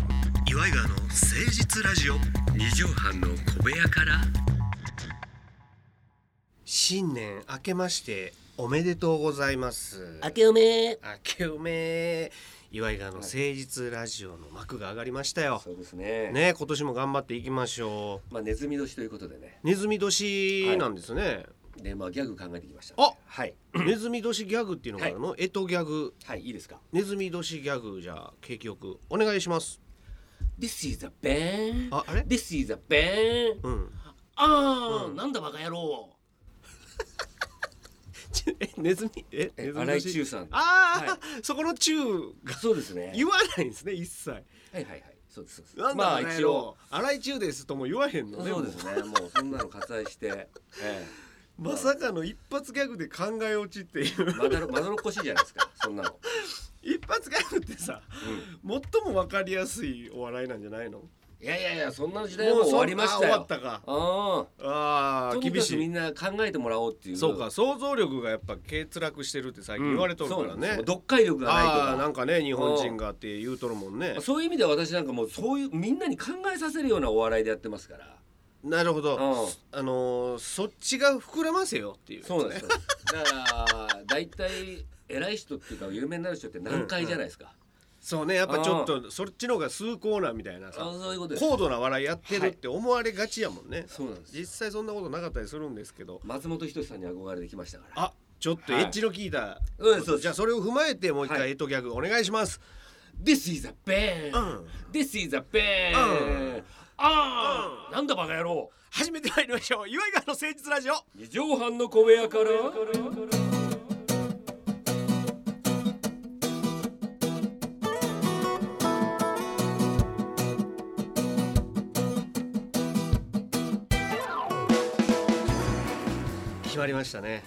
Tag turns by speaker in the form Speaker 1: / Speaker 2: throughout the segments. Speaker 1: イガーの誠実ラジオ
Speaker 2: 二畳半の小部屋から
Speaker 1: 新年明けましておめでとうございます
Speaker 2: 明けおめ
Speaker 1: 明けおめ岩井川の誠実ラジオの幕が上がりましたよ
Speaker 2: そうですね
Speaker 1: ね今年も頑張っていきましょ
Speaker 2: まあネズミ年ということでね
Speaker 1: うネズミ年なんですね、
Speaker 2: でまあギャグ考えてきました
Speaker 1: あ
Speaker 2: はい
Speaker 1: ネズミ年ギャグっていうのがあるの、えとギャグ
Speaker 2: はいいいですか
Speaker 1: ネズミ年ギャグじゃあ景気よくお願いします
Speaker 2: This is a band
Speaker 1: ああれ
Speaker 2: This is a band
Speaker 1: うん
Speaker 2: あー、なんだバカ野郎
Speaker 1: ち えネズミえネズミ
Speaker 2: 荒井
Speaker 1: 年
Speaker 2: 中さん
Speaker 1: ああ、
Speaker 2: は
Speaker 1: そこの中
Speaker 2: そうですね
Speaker 1: 言わないんですね一切
Speaker 2: はいはいはいそうですそうです
Speaker 1: なん
Speaker 2: ま
Speaker 1: だ
Speaker 2: あ
Speaker 1: あ
Speaker 2: 一
Speaker 1: 一
Speaker 2: 応
Speaker 1: 応荒井中ですとも言わへんのね
Speaker 2: そうですねもうそんなの割愛して、え
Speaker 1: もうまさかの一発ギャグで考え落ちってい
Speaker 2: え
Speaker 1: う
Speaker 2: まだろまだろっこしいじゃないですかそんなの、
Speaker 1: 一発ギャグってさ
Speaker 2: うん
Speaker 1: 最もわかりやすいお笑いなんじゃないのも
Speaker 2: いやいやいやそんな時代はもう終わりましたよ
Speaker 1: うそんあ終わったか
Speaker 2: あ
Speaker 1: あ
Speaker 2: あ
Speaker 1: あ厳し
Speaker 2: み
Speaker 1: い
Speaker 2: んな考えてもらおうっていう
Speaker 1: そうか想像力がやっぱ欠落してるって最近言われとるから
Speaker 2: そうなんです
Speaker 1: ね
Speaker 2: よ、読解力がないと
Speaker 1: あ
Speaker 2: か
Speaker 1: あなんかね日本人がって言うとるもんね
Speaker 2: そういう意味では私なんかもうそういうみんなに考えさせるようなお笑いでやってますから、
Speaker 1: なるほど
Speaker 2: うん
Speaker 1: あのーそっちが膨らませよっていう
Speaker 2: そうなんですよだから大体偉い人っていうか有名になる人って難解じゃないですか、
Speaker 1: そうねやっぱちょっとそっちの方が崇高なみたいなさ
Speaker 2: あそういうことです
Speaker 1: 高度な笑いやってるって思われがちやもんね、
Speaker 2: そうなんですよ
Speaker 1: 実際そんなことなかったりするんですけど
Speaker 2: 松本人志さんに憧れてきましたから
Speaker 1: あちょっとエ
Speaker 2: はい
Speaker 1: ッジの効いた、
Speaker 2: そうですそうです
Speaker 1: じゃあそれを踏まえてもう一
Speaker 2: は
Speaker 1: 回
Speaker 2: い
Speaker 1: エトギャグお願いします、
Speaker 2: This is a band、
Speaker 1: うん
Speaker 2: This is a band、
Speaker 1: うん
Speaker 2: ああ、なんだバカ野郎
Speaker 1: 初めて参りましょう岩井川の誠実ラジオ
Speaker 2: 二畳半の小部屋から
Speaker 1: 決まりましたね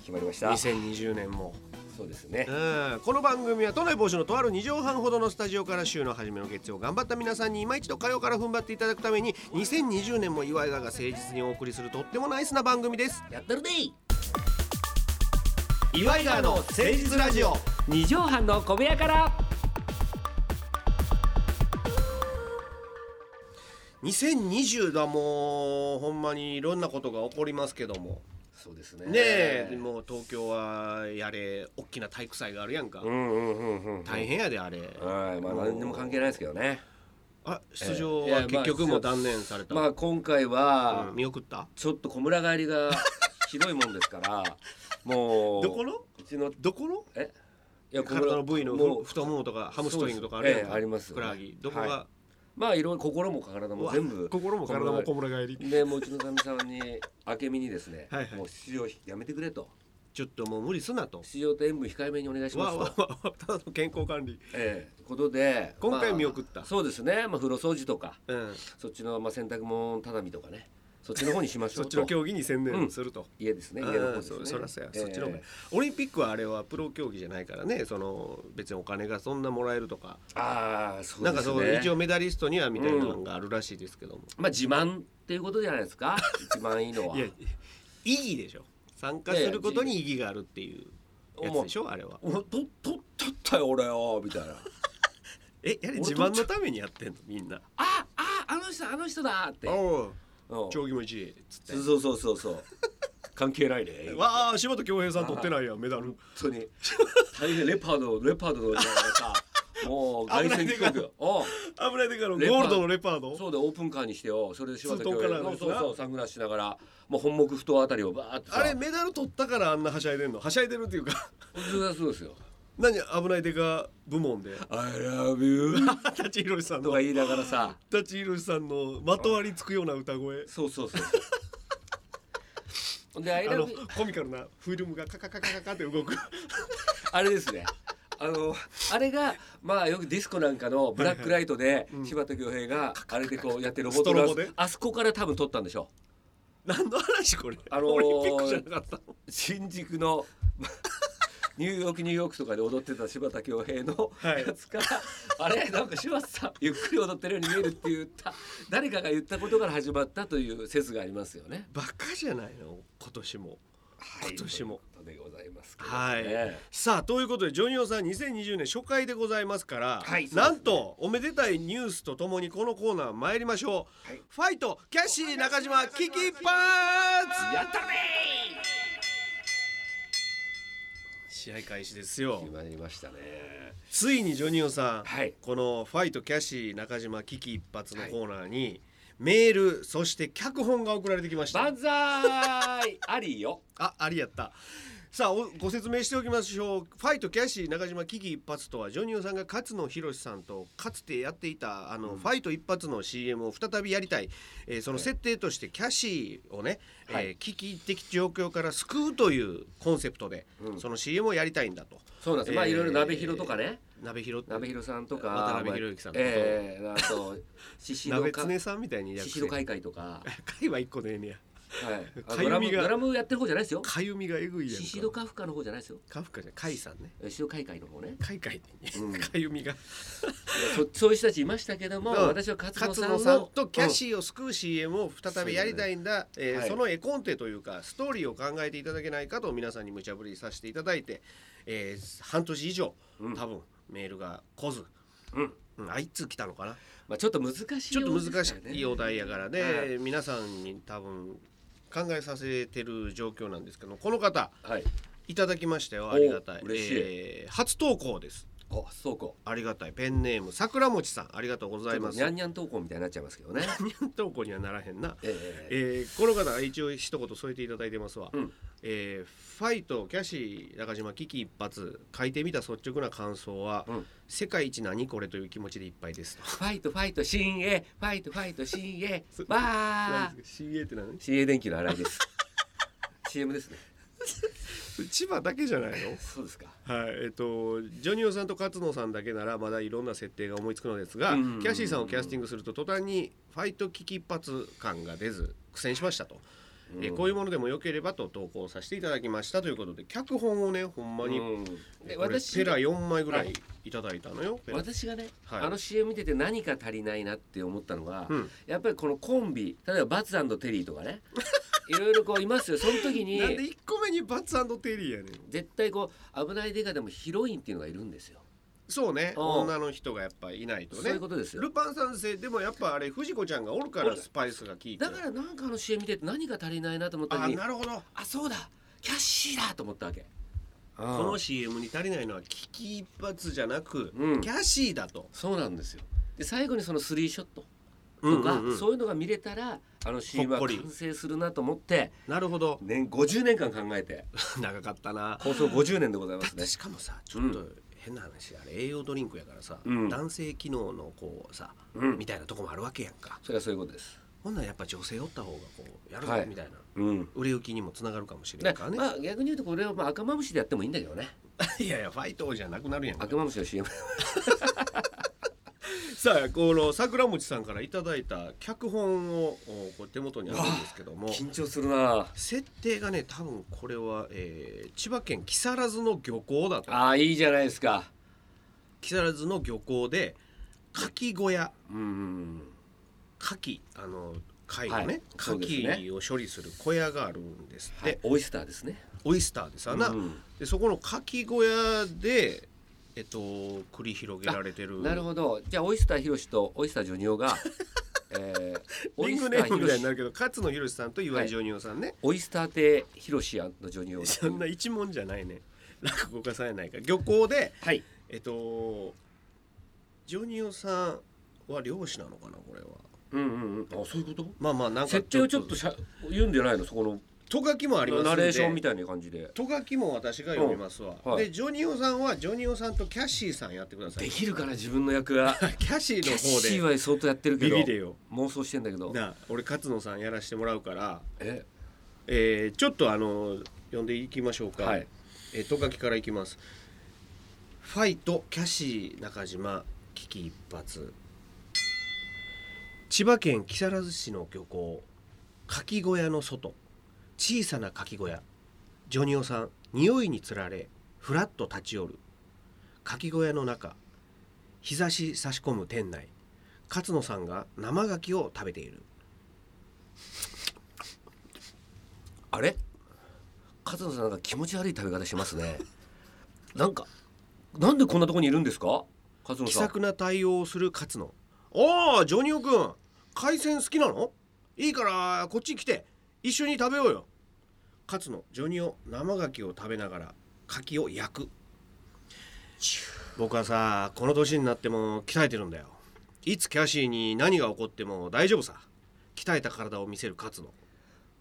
Speaker 2: 決まりました
Speaker 1: 2020年も
Speaker 2: そうですね
Speaker 1: うんこの番組は都内某所のとある2畳半ほどのスタジオから週の初めの月曜頑張った皆さんに今一度火曜から踏ん張っていただくために2020年も岩井川が誠実にお送りするとってもナイスな番組です
Speaker 2: やったるでい
Speaker 1: 岩井川の誠実ラジオ
Speaker 2: 二畳半の小部屋から
Speaker 1: 2020だもうほんまにいろんなことが起こりますけども
Speaker 2: そうですね
Speaker 1: ねえでもう東京はやれ大きな体育祭があるやんか、
Speaker 2: うんうんうんうん
Speaker 1: 大変やであれ、
Speaker 2: はいまあ何でも関係ないですけどね
Speaker 1: あ出場
Speaker 2: ええい
Speaker 1: は
Speaker 2: や
Speaker 1: 結局
Speaker 2: ま
Speaker 1: も
Speaker 2: あ
Speaker 1: う断念された、
Speaker 2: まあ今回
Speaker 1: う
Speaker 2: は
Speaker 1: ん見送った
Speaker 2: ちょっと小村帰り がひどいもんですからもう
Speaker 1: どこの
Speaker 2: うちの
Speaker 1: どこの
Speaker 2: えいや
Speaker 1: 体の部位の
Speaker 2: も
Speaker 1: ふ
Speaker 2: う
Speaker 1: 太ももとかハムストリングとかある
Speaker 2: そ
Speaker 1: やん
Speaker 2: うです
Speaker 1: か
Speaker 2: ええあります
Speaker 1: ふくらはぎどこが、
Speaker 2: はまあいろいろ心も体も全
Speaker 1: うわ
Speaker 2: 部
Speaker 1: 心も体も小村帰り
Speaker 2: でもううちのかみさんに明美にですね
Speaker 1: はいはい
Speaker 2: もう出場やめてくれと
Speaker 1: ちょっともう無理すなと
Speaker 2: 出場と塩分控えめにお願いしま
Speaker 1: わ
Speaker 2: す
Speaker 1: わ
Speaker 2: と
Speaker 1: わわただの健康管理
Speaker 2: ええことで
Speaker 1: 今回
Speaker 2: まあ
Speaker 1: 見送った
Speaker 2: そうですねまあ風呂掃除とか
Speaker 1: うん
Speaker 2: そっちのまあ洗濯物畳とかねそっちの方にしましょ
Speaker 1: そっ
Speaker 2: うと
Speaker 1: ちの競技に専
Speaker 2: うん
Speaker 1: 念すると、
Speaker 2: 家ですね
Speaker 1: あ
Speaker 2: 家
Speaker 1: あ
Speaker 2: の方です
Speaker 1: そ
Speaker 2: ね
Speaker 1: うそらそうや、そっちの方が
Speaker 2: え
Speaker 1: オリンピックはあれはプロ競技じゃないからねその別にお金がそんなもらえるとか、
Speaker 2: えああそうですね
Speaker 1: なんかそう一応メダリストにはみたいなのがあるらしいですけども、
Speaker 2: まあ自慢っていうことじゃないですか一番いいのはい
Speaker 1: や意義でしょ参加することに意義があるっていうやつでしょあれは
Speaker 2: おと取ったったよ俺よみたいな
Speaker 1: えやれ自慢のためにやってんのみんな
Speaker 2: あああの人あの人だってうん
Speaker 1: お
Speaker 2: そう
Speaker 1: 競技も1位っつって
Speaker 2: そうそうそうそう関係ないね本
Speaker 1: わあ柴田恭平さん取ってないやメダル
Speaker 2: 当に大変レパードレパードのなんかさもう凱旋 帰
Speaker 1: 危な
Speaker 2: 国お
Speaker 1: 危ないでからゴ
Speaker 2: レパード
Speaker 1: ールドのレパード
Speaker 2: そうでオープンカーにしてよそれで柴田
Speaker 1: ツートンカラーのや
Speaker 2: そう
Speaker 1: つ
Speaker 2: そう
Speaker 1: な
Speaker 2: そうサングラスしながらもう本木ふ頭あたりをバーってさ
Speaker 1: あれメダル取ったからあんなはしゃいでんのはしゃいでるっていうか
Speaker 2: そうですよ
Speaker 1: 何危ないでか部門で
Speaker 2: 「I love you
Speaker 1: 舘ひろしさ」ん
Speaker 2: と
Speaker 1: の
Speaker 2: か言いながらさ
Speaker 1: 舘ひろしさんのまとわりつくような歌声
Speaker 2: そうそうそうそう。ほんで、あれ
Speaker 1: あのコミカルなフィルムがカカカカカカって動く
Speaker 2: あれですね。あの、あれが、まあ、よくディスコなんかのブラックライトで、柴田恭平が、あれでこうやってロボットダ
Speaker 1: スト
Speaker 2: ン
Speaker 1: ロボ
Speaker 2: ス
Speaker 1: で。
Speaker 2: あそこから多分撮ったんでしょ
Speaker 1: 何の話これ、
Speaker 2: あのー
Speaker 1: オリンピックじゃなかったの
Speaker 2: う。新宿の。 ニューヨークニューヨークとかで踊ってた柴田恭平の
Speaker 1: はい
Speaker 2: やつから、あれなんか柴田さんゆっくり踊ってるように見えるって言った誰かが言ったことから始まったという説がありますよね。
Speaker 1: バカじゃないの今年も
Speaker 2: はい
Speaker 1: 今年も
Speaker 2: ということでございますけどね
Speaker 1: はい、さあということでジョニオさん2020年初回でございますから、
Speaker 2: はい
Speaker 1: なんとおめでたいニュースとともにこのコーナー参りましょう、
Speaker 2: はい
Speaker 1: ファイトキャッシー中島キキパーツ
Speaker 2: やったね
Speaker 1: 試合開始ですよ
Speaker 2: 決まりましたね
Speaker 1: ついにジョニオさん、
Speaker 2: はい
Speaker 1: この「ファイトキャッシー中島危機一髪」のコーナーにメールそして脚本が送られてきました、
Speaker 2: 万歳ありよ
Speaker 1: あありやったさあおご説明しておきましょう「ファイトキャッシー中島危機一髪」とはジョニオさんが勝野博さんとかつてやっていたあの、ファイト一発の CM を再びやりたい、えーその設定としてキャッシーをね、
Speaker 2: は
Speaker 1: え
Speaker 2: い
Speaker 1: ー危機的状況から救うというコンセプトで、
Speaker 2: うん
Speaker 1: その CM をやりたいんだと。
Speaker 2: そうなんです、まあ
Speaker 1: えー
Speaker 2: いろいろ鍋広とかね
Speaker 1: 鍋広って
Speaker 2: 鍋広さんとか
Speaker 1: 渡辺裕之さんとか
Speaker 2: ええあ と獅子の
Speaker 1: 鍋
Speaker 2: か
Speaker 1: 常さんみたいに
Speaker 2: 獅
Speaker 1: 略
Speaker 2: 子
Speaker 1: し
Speaker 2: の
Speaker 1: て
Speaker 2: 開会とか
Speaker 1: 会は一個でええねや
Speaker 2: はいあ
Speaker 1: か
Speaker 2: ド
Speaker 1: ゆ
Speaker 2: ラム
Speaker 1: みが
Speaker 2: ドラムやってる方じゃないですよ
Speaker 1: かゆみがえぐいや
Speaker 2: シシド
Speaker 1: んか
Speaker 2: カフカの方じゃないですよ
Speaker 1: カフカじゃんカイさんね
Speaker 2: シシドカイカイの方ね
Speaker 1: カイ カイって
Speaker 2: うん
Speaker 1: かゆみが
Speaker 2: そ そういう人たちいましたけども
Speaker 1: うん
Speaker 2: 私は勝野
Speaker 1: 勝
Speaker 2: さん
Speaker 1: 野
Speaker 2: の
Speaker 1: さんとキャシーを救う CM を再びやりたいんだえ
Speaker 2: は
Speaker 1: ー
Speaker 2: い
Speaker 1: その絵コンテというかストーリーを考えていただけないかと皆さんに無茶ぶりさせていただいてえー半年以上
Speaker 2: うん
Speaker 1: 多分メールが来ず
Speaker 2: うんうん
Speaker 1: うんあいつ来たのかな
Speaker 2: まあちょっと難しい
Speaker 1: ちょっと難しいお
Speaker 2: ようですからね
Speaker 1: 題やから
Speaker 2: は
Speaker 1: ね皆さんに多分考えさせてる状況なんですけどこの方
Speaker 2: はい
Speaker 1: いただきましたよ
Speaker 2: お
Speaker 1: ありがたい
Speaker 2: 嬉しい
Speaker 1: えー初投稿です
Speaker 2: あそうか
Speaker 1: ありがたいペンネーム桜餅さんありがとうござ
Speaker 2: ち
Speaker 1: い
Speaker 2: ょっ
Speaker 1: ま
Speaker 2: と
Speaker 1: す
Speaker 2: ニャンニャン投稿みたいになっちゃいます けどね
Speaker 1: 投稿にはならへんな、
Speaker 2: ええ
Speaker 1: えーこの方一応一言添えていただいてますわ、
Speaker 2: うん
Speaker 1: えーファイトキャシー中島危機一髪書いてみた率直な感想は、
Speaker 2: うん
Speaker 1: 世界一何これという気持ちでいっぱいですと
Speaker 2: ファイトファイト新鋭ファイトファイト新鋭わー
Speaker 1: CA って何
Speaker 2: CA 電気の洗いです CM ですね
Speaker 1: 千葉だけじゃないの
Speaker 2: そうですか
Speaker 1: はいえっとジョニオさんと勝野さんだけならまだいろんな設定が思いつくのですが、
Speaker 2: うん
Speaker 1: キャシーさんをキャスティングすると途端にファイト危機一髪感が出ず苦戦しましたと、えーこういうものでもよければと投稿させていただきましたということで脚本をねほんまに、
Speaker 2: うんで
Speaker 1: これ
Speaker 2: 私
Speaker 1: ペラ
Speaker 2: が
Speaker 1: 4枚ぐら
Speaker 2: はいい
Speaker 1: いただいたのよ、ペラ
Speaker 2: 私がね、
Speaker 1: はい
Speaker 2: あの CM 見てて何か足りないなって思ったのが、
Speaker 1: うん
Speaker 2: やっぱりこのコンビ例えばバツテリーとか ねいろいろこういますよその時に
Speaker 1: なんで1個目にバツテリーやねん
Speaker 2: 絶対こう危ないデカでもヒロインっていうのがいるんですよ、
Speaker 1: そうね
Speaker 2: うん
Speaker 1: 女の人がやっぱいないと
Speaker 2: そう
Speaker 1: ね
Speaker 2: いうことですよ
Speaker 1: ルパン三世でもやっぱあれ藤子ちゃんがおるか
Speaker 2: お
Speaker 1: ら
Speaker 2: る
Speaker 1: スパイスが効いて
Speaker 2: だからなんかあの CM 見てて何が足りないなと思った
Speaker 1: あ
Speaker 2: 時に
Speaker 1: なるほど
Speaker 2: あそうだキャッシーだと思ったわけこ
Speaker 1: この CM に足りないのは危機一髪じゃなく、
Speaker 2: うん
Speaker 1: キャシーだと、
Speaker 2: そうなんですよで最後にそのスリーショット
Speaker 1: うん
Speaker 2: とか、
Speaker 1: うんうん
Speaker 2: そういうのが見れたらあの CM は
Speaker 1: ほっこり
Speaker 2: 完成するなと思って
Speaker 1: なるほど
Speaker 2: 年50年間考えて
Speaker 1: 長かったな
Speaker 2: 放送50年でございます
Speaker 1: で
Speaker 2: ね
Speaker 1: しかもさちょっと変な話、あれ栄養ドリンクやからさ、
Speaker 2: うん
Speaker 1: 男性機能のこうさ、
Speaker 2: うん
Speaker 1: みたいなとこもあるわけやんか
Speaker 2: それはそういうことです
Speaker 1: ほんならやっぱ女性おった方がこうやるぞ
Speaker 2: はい
Speaker 1: みたいな、
Speaker 2: うん
Speaker 1: 売れ行きにもつながるかもしれな
Speaker 2: だ
Speaker 1: い からね、
Speaker 2: まあ逆に言うとこれをまあ赤まぶしでやってもいいんだけどね
Speaker 1: いやいやファイトじゃなくなるやん
Speaker 2: 赤まぶしの CM
Speaker 1: さあこの桜餅さんからいただいた脚本をおこう手元にあるんですけども
Speaker 2: 緊張するな
Speaker 1: 設定がね多分これは、えー千葉県木更津の漁港だと
Speaker 2: ああいいじゃないですか
Speaker 1: 木更津の漁港で牡蠣小屋
Speaker 2: うん
Speaker 1: 牡蠣あの貝のね,、
Speaker 2: はい
Speaker 1: 牡
Speaker 2: そうですね
Speaker 1: 蠣を処理する小屋があるんですって、
Speaker 2: でオイスターですね
Speaker 1: オイスターでさな、
Speaker 2: うん
Speaker 1: でそこの牡蠣小屋でえっと繰り広げられてる
Speaker 2: なるほどじゃあオイスターヒロシとオイスタージョニオ がえーオ
Speaker 1: リ
Speaker 2: イ
Speaker 1: ング
Speaker 2: ス
Speaker 1: ネ
Speaker 2: タ
Speaker 1: ー
Speaker 2: ー
Speaker 1: ム
Speaker 2: ヒ
Speaker 1: み
Speaker 2: ロ
Speaker 1: たいに
Speaker 2: シ
Speaker 1: なるけど勝野博さんと岩井ジョニオさんね、
Speaker 2: オイスター亭ヒロシやのジョニオ
Speaker 1: そんな一問じゃないね落語家さんやないか漁港で
Speaker 2: はい
Speaker 1: えっとジョニオさんは漁師なのかなこれは
Speaker 2: うんうんうんあそういうこと
Speaker 1: まあまあなんか
Speaker 2: 設定をちょっとしゃ言うんじゃないのそこの
Speaker 1: とがきもありますんで
Speaker 2: ナレーションみたいな感じで
Speaker 1: とがきも私が読みますわ、
Speaker 2: うんはい
Speaker 1: でジョニオさんはジョニオさんとキャッシーさんやってください
Speaker 2: できるかな自分の役 が
Speaker 1: キャッシー
Speaker 2: キャ
Speaker 1: の
Speaker 2: ッシー
Speaker 1: 方で
Speaker 2: は相当やってるけ
Speaker 1: ビ
Speaker 2: ど
Speaker 1: ビれよ
Speaker 2: 妄想してんだけど
Speaker 1: なあ俺勝野さんやらしてもらうから
Speaker 2: え
Speaker 1: えーちょっとあの読んでいきましょうか、
Speaker 2: はい
Speaker 1: えー、トカキからいきますファイトキャシー中島危機一髪千葉県木更津市の漁港牡蠣小屋の外小さな牡蠣小屋ジョニオさん匂いにつられふらっと立ち寄る牡蠣小屋の中日差し差し込む店内勝野さんが生牡蠣を食べている
Speaker 2: あれ勝野さんなんか気持ち悪い食べ方してます ねなんかなんでこんなとこにいるんですか勝野
Speaker 1: 気
Speaker 2: さ
Speaker 1: さ
Speaker 2: ん
Speaker 1: くな対応をする勝野ああジョニオくん海鮮好きなのいいからこっちに来て一緒に食べようよ勝野ジョニオ生牡蠣を食べながら牡蠣を焼く僕はさこの年になっても鍛えてるんだよいつキャシーに何が起こっても大丈夫さ鍛えた体を見せる勝野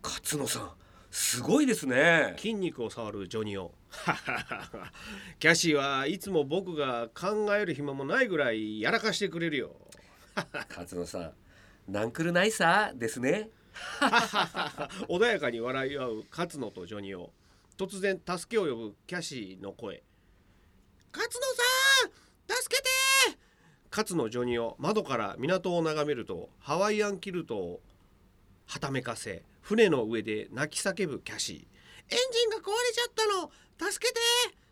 Speaker 2: 勝野さんすごいですね
Speaker 1: 筋肉を触るジョニオキャシーはいつも僕が考える暇もないぐらいやらかしてくれるよ
Speaker 2: 勝野さんなんくるないさですね
Speaker 1: 穏やかに笑い合う勝野とジョニオ突然助けを呼ぶキャシーの声勝野さん助けて勝野ジョニオ窓から港を眺めるとハワイアンキルトをはためかせ船の上で泣き叫ぶキャシーエンジンが壊れちゃったの助けて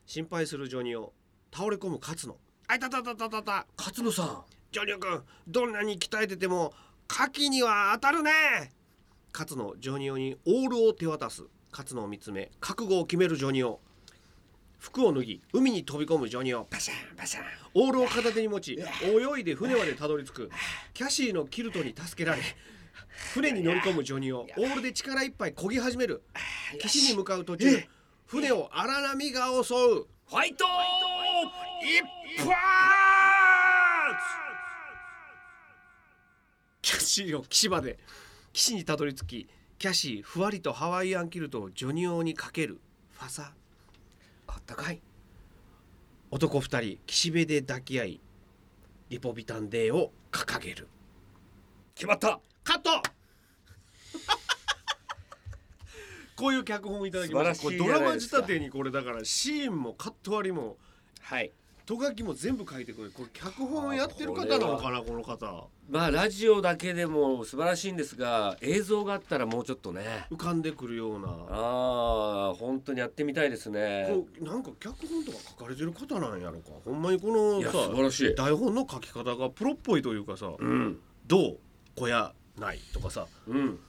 Speaker 1: 心配するジョニオ倒れ込む勝野あいたたたたたた
Speaker 2: 勝野さん
Speaker 1: ジョニオ君どんなに鍛えてても牡蠣には当たるね勝野ジョニオにオールを手渡す勝野を見つめ覚悟を決めるジョニオ服を脱ぎ海に飛び込むジョニオ
Speaker 2: バシャンバシャン
Speaker 1: オールを片手に持ち泳いで船までたどり着くキャシーのキルトに助けられ船に乗り込むジョニオオールで力いっぱい漕ぎ始める岸に向かう途中船を荒波が襲う
Speaker 2: ファイト
Speaker 1: 一発キャシーを岸まで岸にたどり着きキャシーふわりとハワイアンキルトをジョニオにかけるファサ
Speaker 2: あったかい
Speaker 1: 男二人岸辺で抱き合いリポビタンデーを掲げる
Speaker 2: 決まった
Speaker 1: カ ットこういう脚本をいただきました
Speaker 2: 素
Speaker 1: これ
Speaker 2: 晴
Speaker 1: ド
Speaker 2: らしいじゃ
Speaker 1: ラ
Speaker 2: ない
Speaker 1: マ
Speaker 2: で
Speaker 1: 仕
Speaker 2: すか
Speaker 1: 立てにこれだからシーンもカット割りも
Speaker 2: はい
Speaker 1: と書きも全部書いてくれるこれ脚本をやってる方なのかなこの方
Speaker 2: まあラジオだけでも素晴らしいんですが映像があったらもうちょっとね
Speaker 1: 浮かんでくるような
Speaker 2: ああ本当にやってみたいですね
Speaker 1: こうなんか脚本とか書かれてる方なんやろかほんまにこの
Speaker 2: いや
Speaker 1: さ
Speaker 2: 素晴らしい
Speaker 1: 台本の書き方がプロっぽいというかさ
Speaker 2: うん
Speaker 1: 「どう小屋ない」とかさ
Speaker 2: うん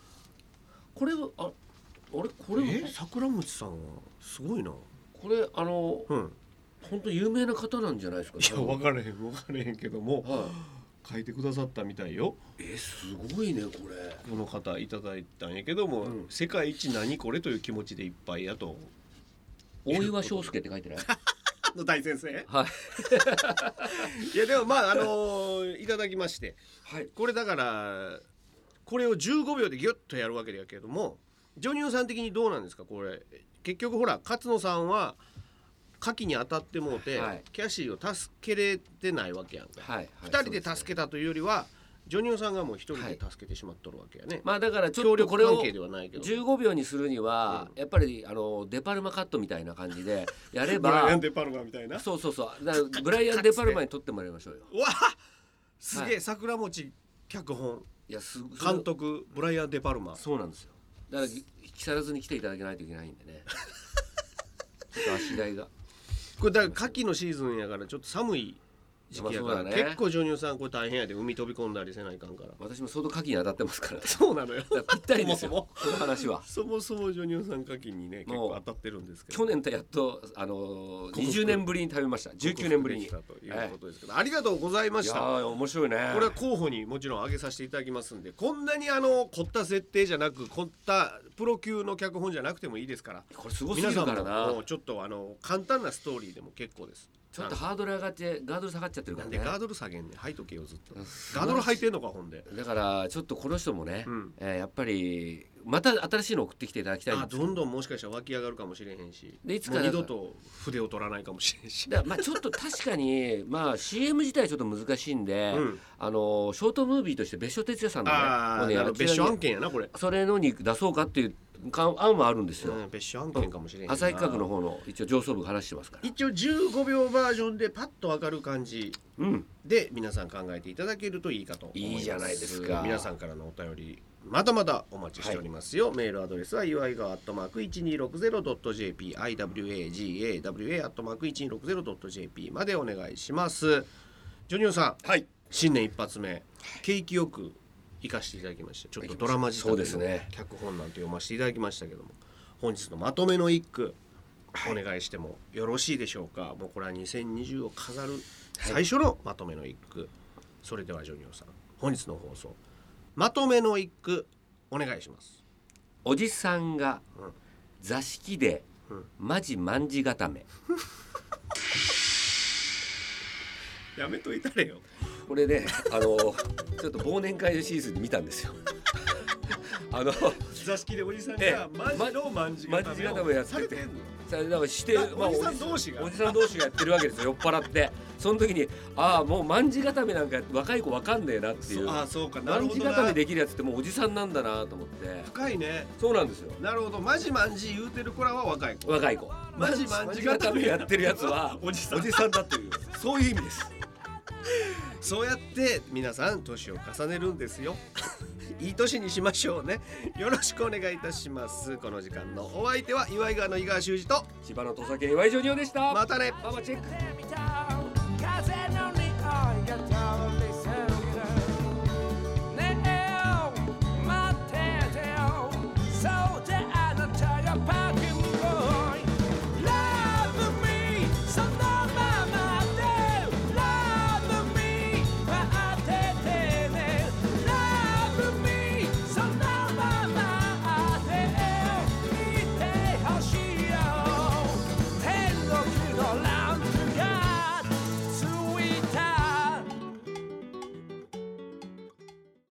Speaker 2: これはああれこれ
Speaker 1: え
Speaker 2: は
Speaker 1: 桜餅さんはすごいな
Speaker 2: これあの
Speaker 1: うん
Speaker 2: 本当有名な方なんじゃないですか多分
Speaker 1: からへん分からへんけども
Speaker 2: は
Speaker 1: 書いてくださったみたいよ
Speaker 2: いえすごいねこれ
Speaker 1: この方いただいたんやけども、
Speaker 2: うん
Speaker 1: 世界一何これという気持ちでいっぱいや と
Speaker 2: 大岩章介って書 いてない
Speaker 1: の大先生
Speaker 2: はい
Speaker 1: いやでもまああのーいただきまして
Speaker 2: はい
Speaker 1: これだからこれを15秒でギュッとやるわけだけどもジョニオさん的にどうなんですかこれ結局ほら勝野さんは牡蠣に当たってもうて、
Speaker 2: はい
Speaker 1: キャシーを助けれてないわけやんか、
Speaker 2: はい
Speaker 1: 二人で助
Speaker 2: け
Speaker 1: けたというよりはジョニオさんがもう一人で助けてしまっとるわけやね、
Speaker 2: まあだからちょ
Speaker 1: 協
Speaker 2: っと
Speaker 1: 力
Speaker 2: これ
Speaker 1: 関
Speaker 2: を
Speaker 1: 係ではないけど
Speaker 2: 15秒にするにはやっぱりあのデパルマカットみたいな感じでやれば
Speaker 1: デパルマみたいなわ
Speaker 2: そうそうそうだからブライアン・デパルマに撮ってもらいましょうよ
Speaker 1: あすげえ、桜餅脚本
Speaker 2: いやす
Speaker 1: 監督ブライアン・デパルマ
Speaker 2: そうなんですよだから木更津に来ていただけないといけないんでね ちょっと足台が
Speaker 1: これだから牡蠣のシーズンやからちょっと寒い時期やから、
Speaker 2: まあそうだね
Speaker 1: 結構ジョニオさんこれ大変やで海飛び込んだりせないかん から
Speaker 2: 私も相当牡蠣に当たってますからだか
Speaker 1: そうなのよ
Speaker 2: らぴったりです
Speaker 1: そも
Speaker 2: よこの話は
Speaker 1: そもそもジョニオさん牡蠣にね結
Speaker 2: もう
Speaker 1: 構当たってるんですけど
Speaker 2: 去年とやっとあのー20年ぶりに食べました19年ぶりにい
Speaker 1: 克
Speaker 2: や
Speaker 1: 服できたということですけど、ありがとうございました
Speaker 2: ー面白いね
Speaker 1: これは候補にもちろん挙げさせていただきますんでこんなにあの凝った設定じゃなく凝ったプロ級の脚本じゃなくてもいいですから
Speaker 2: これすごすぎ
Speaker 1: 皆
Speaker 2: る
Speaker 1: さん
Speaker 2: から
Speaker 1: も
Speaker 2: な
Speaker 1: もうちょっとあの簡単なストーリーでも結構です
Speaker 2: ちょっとハードル上がってガードル下がっちゃってるか
Speaker 1: なん
Speaker 2: ら
Speaker 1: で
Speaker 2: ね
Speaker 1: ガードル下げんねん吐いとけよずっと
Speaker 2: うん
Speaker 1: ガードル履いてんのかほんで
Speaker 2: だからちょっとこの人もね、
Speaker 1: うん
Speaker 2: えーやっぱりまた新しいの送ってきていただきたいん
Speaker 1: あ
Speaker 2: です
Speaker 1: どんどんもしかしたら湧き上がるかもしれへんし
Speaker 2: でいつか
Speaker 1: もう
Speaker 2: だ
Speaker 1: 二
Speaker 2: から
Speaker 1: 度と筆を取らないかもしれん し、
Speaker 2: だからまあちょっと確かに まあ CM 自体ちょっと難しいんで、
Speaker 1: うん
Speaker 2: あのショートムービーとして別所哲也さんのね
Speaker 1: あ
Speaker 2: も
Speaker 1: あ
Speaker 2: うね
Speaker 1: なる
Speaker 2: の
Speaker 1: ほど別所案件やなこれ、
Speaker 2: それのに出そうかっていうか案はあるんです
Speaker 1: う
Speaker 2: よ、
Speaker 1: ん、別所案件かもしれへんな
Speaker 2: 朝日企画の方の一応上層部が話してますから
Speaker 1: 一応15秒バージョンでパッとわかる感じ
Speaker 2: うん
Speaker 1: で皆さん考えていただけるといいかと思います
Speaker 2: いいじゃないですか
Speaker 1: 皆さんからのお便りまだまだお待ちしておりますよ、メールアドレスは祝いがアットマーク 1260.jp iwagawa アットマーク 1260.jp までお願いしますジョニオさん
Speaker 2: はい
Speaker 1: 新年一発目景気よく生かしていただきましたちょっとドラマ仕
Speaker 2: そうで
Speaker 1: 立
Speaker 2: す
Speaker 1: ての
Speaker 2: ね
Speaker 1: 脚本なんて読ませていただきましたけども本日のまとめの一句お願いしてもよろしいでしょうかもうこれは2020を飾る最初のまとめの一句、それではジョニオさん本日の放送まとめの一句お願いします
Speaker 2: おじさんが
Speaker 1: うん
Speaker 2: 座敷で
Speaker 1: うん
Speaker 2: マジまんじ固め
Speaker 1: やめといたれよ
Speaker 2: これねあのちょっと忘年会のシーズンに見たんですよ あの
Speaker 1: 座敷でおじさん
Speaker 2: ええ
Speaker 1: のまんじ
Speaker 2: まんじ固めやってて
Speaker 1: んの
Speaker 2: さだからして
Speaker 1: あおじさん
Speaker 2: おじ
Speaker 1: 同士が
Speaker 2: おじさん同士がやってるわけですよ酔っ払ってその時にああもうまんじ固めなんか若い子わかんねえなっていう
Speaker 1: ああそうかな
Speaker 2: ま
Speaker 1: る
Speaker 2: ん
Speaker 1: ほ
Speaker 2: じ
Speaker 1: ど
Speaker 2: 固
Speaker 1: な
Speaker 2: めできるやつってもうおじさんなんだなと思って
Speaker 1: 深いね
Speaker 2: そうなんですよ
Speaker 1: なるほどマジまんじ言うてる子らは若い子
Speaker 2: 若い子
Speaker 1: マジまんじ固め
Speaker 2: やってるやつは
Speaker 1: おじさん
Speaker 2: おじさんだっていうそういう意味です
Speaker 1: そうやって皆さん年を重ねるんですよ いい年にしましょうねよろしくお願いいたしますこの時間のお相手は岩井川の井川修司と
Speaker 2: 千葉の土佐犬岩井ジョニオでした
Speaker 1: またね
Speaker 2: ママチェック
Speaker 3: Let me down.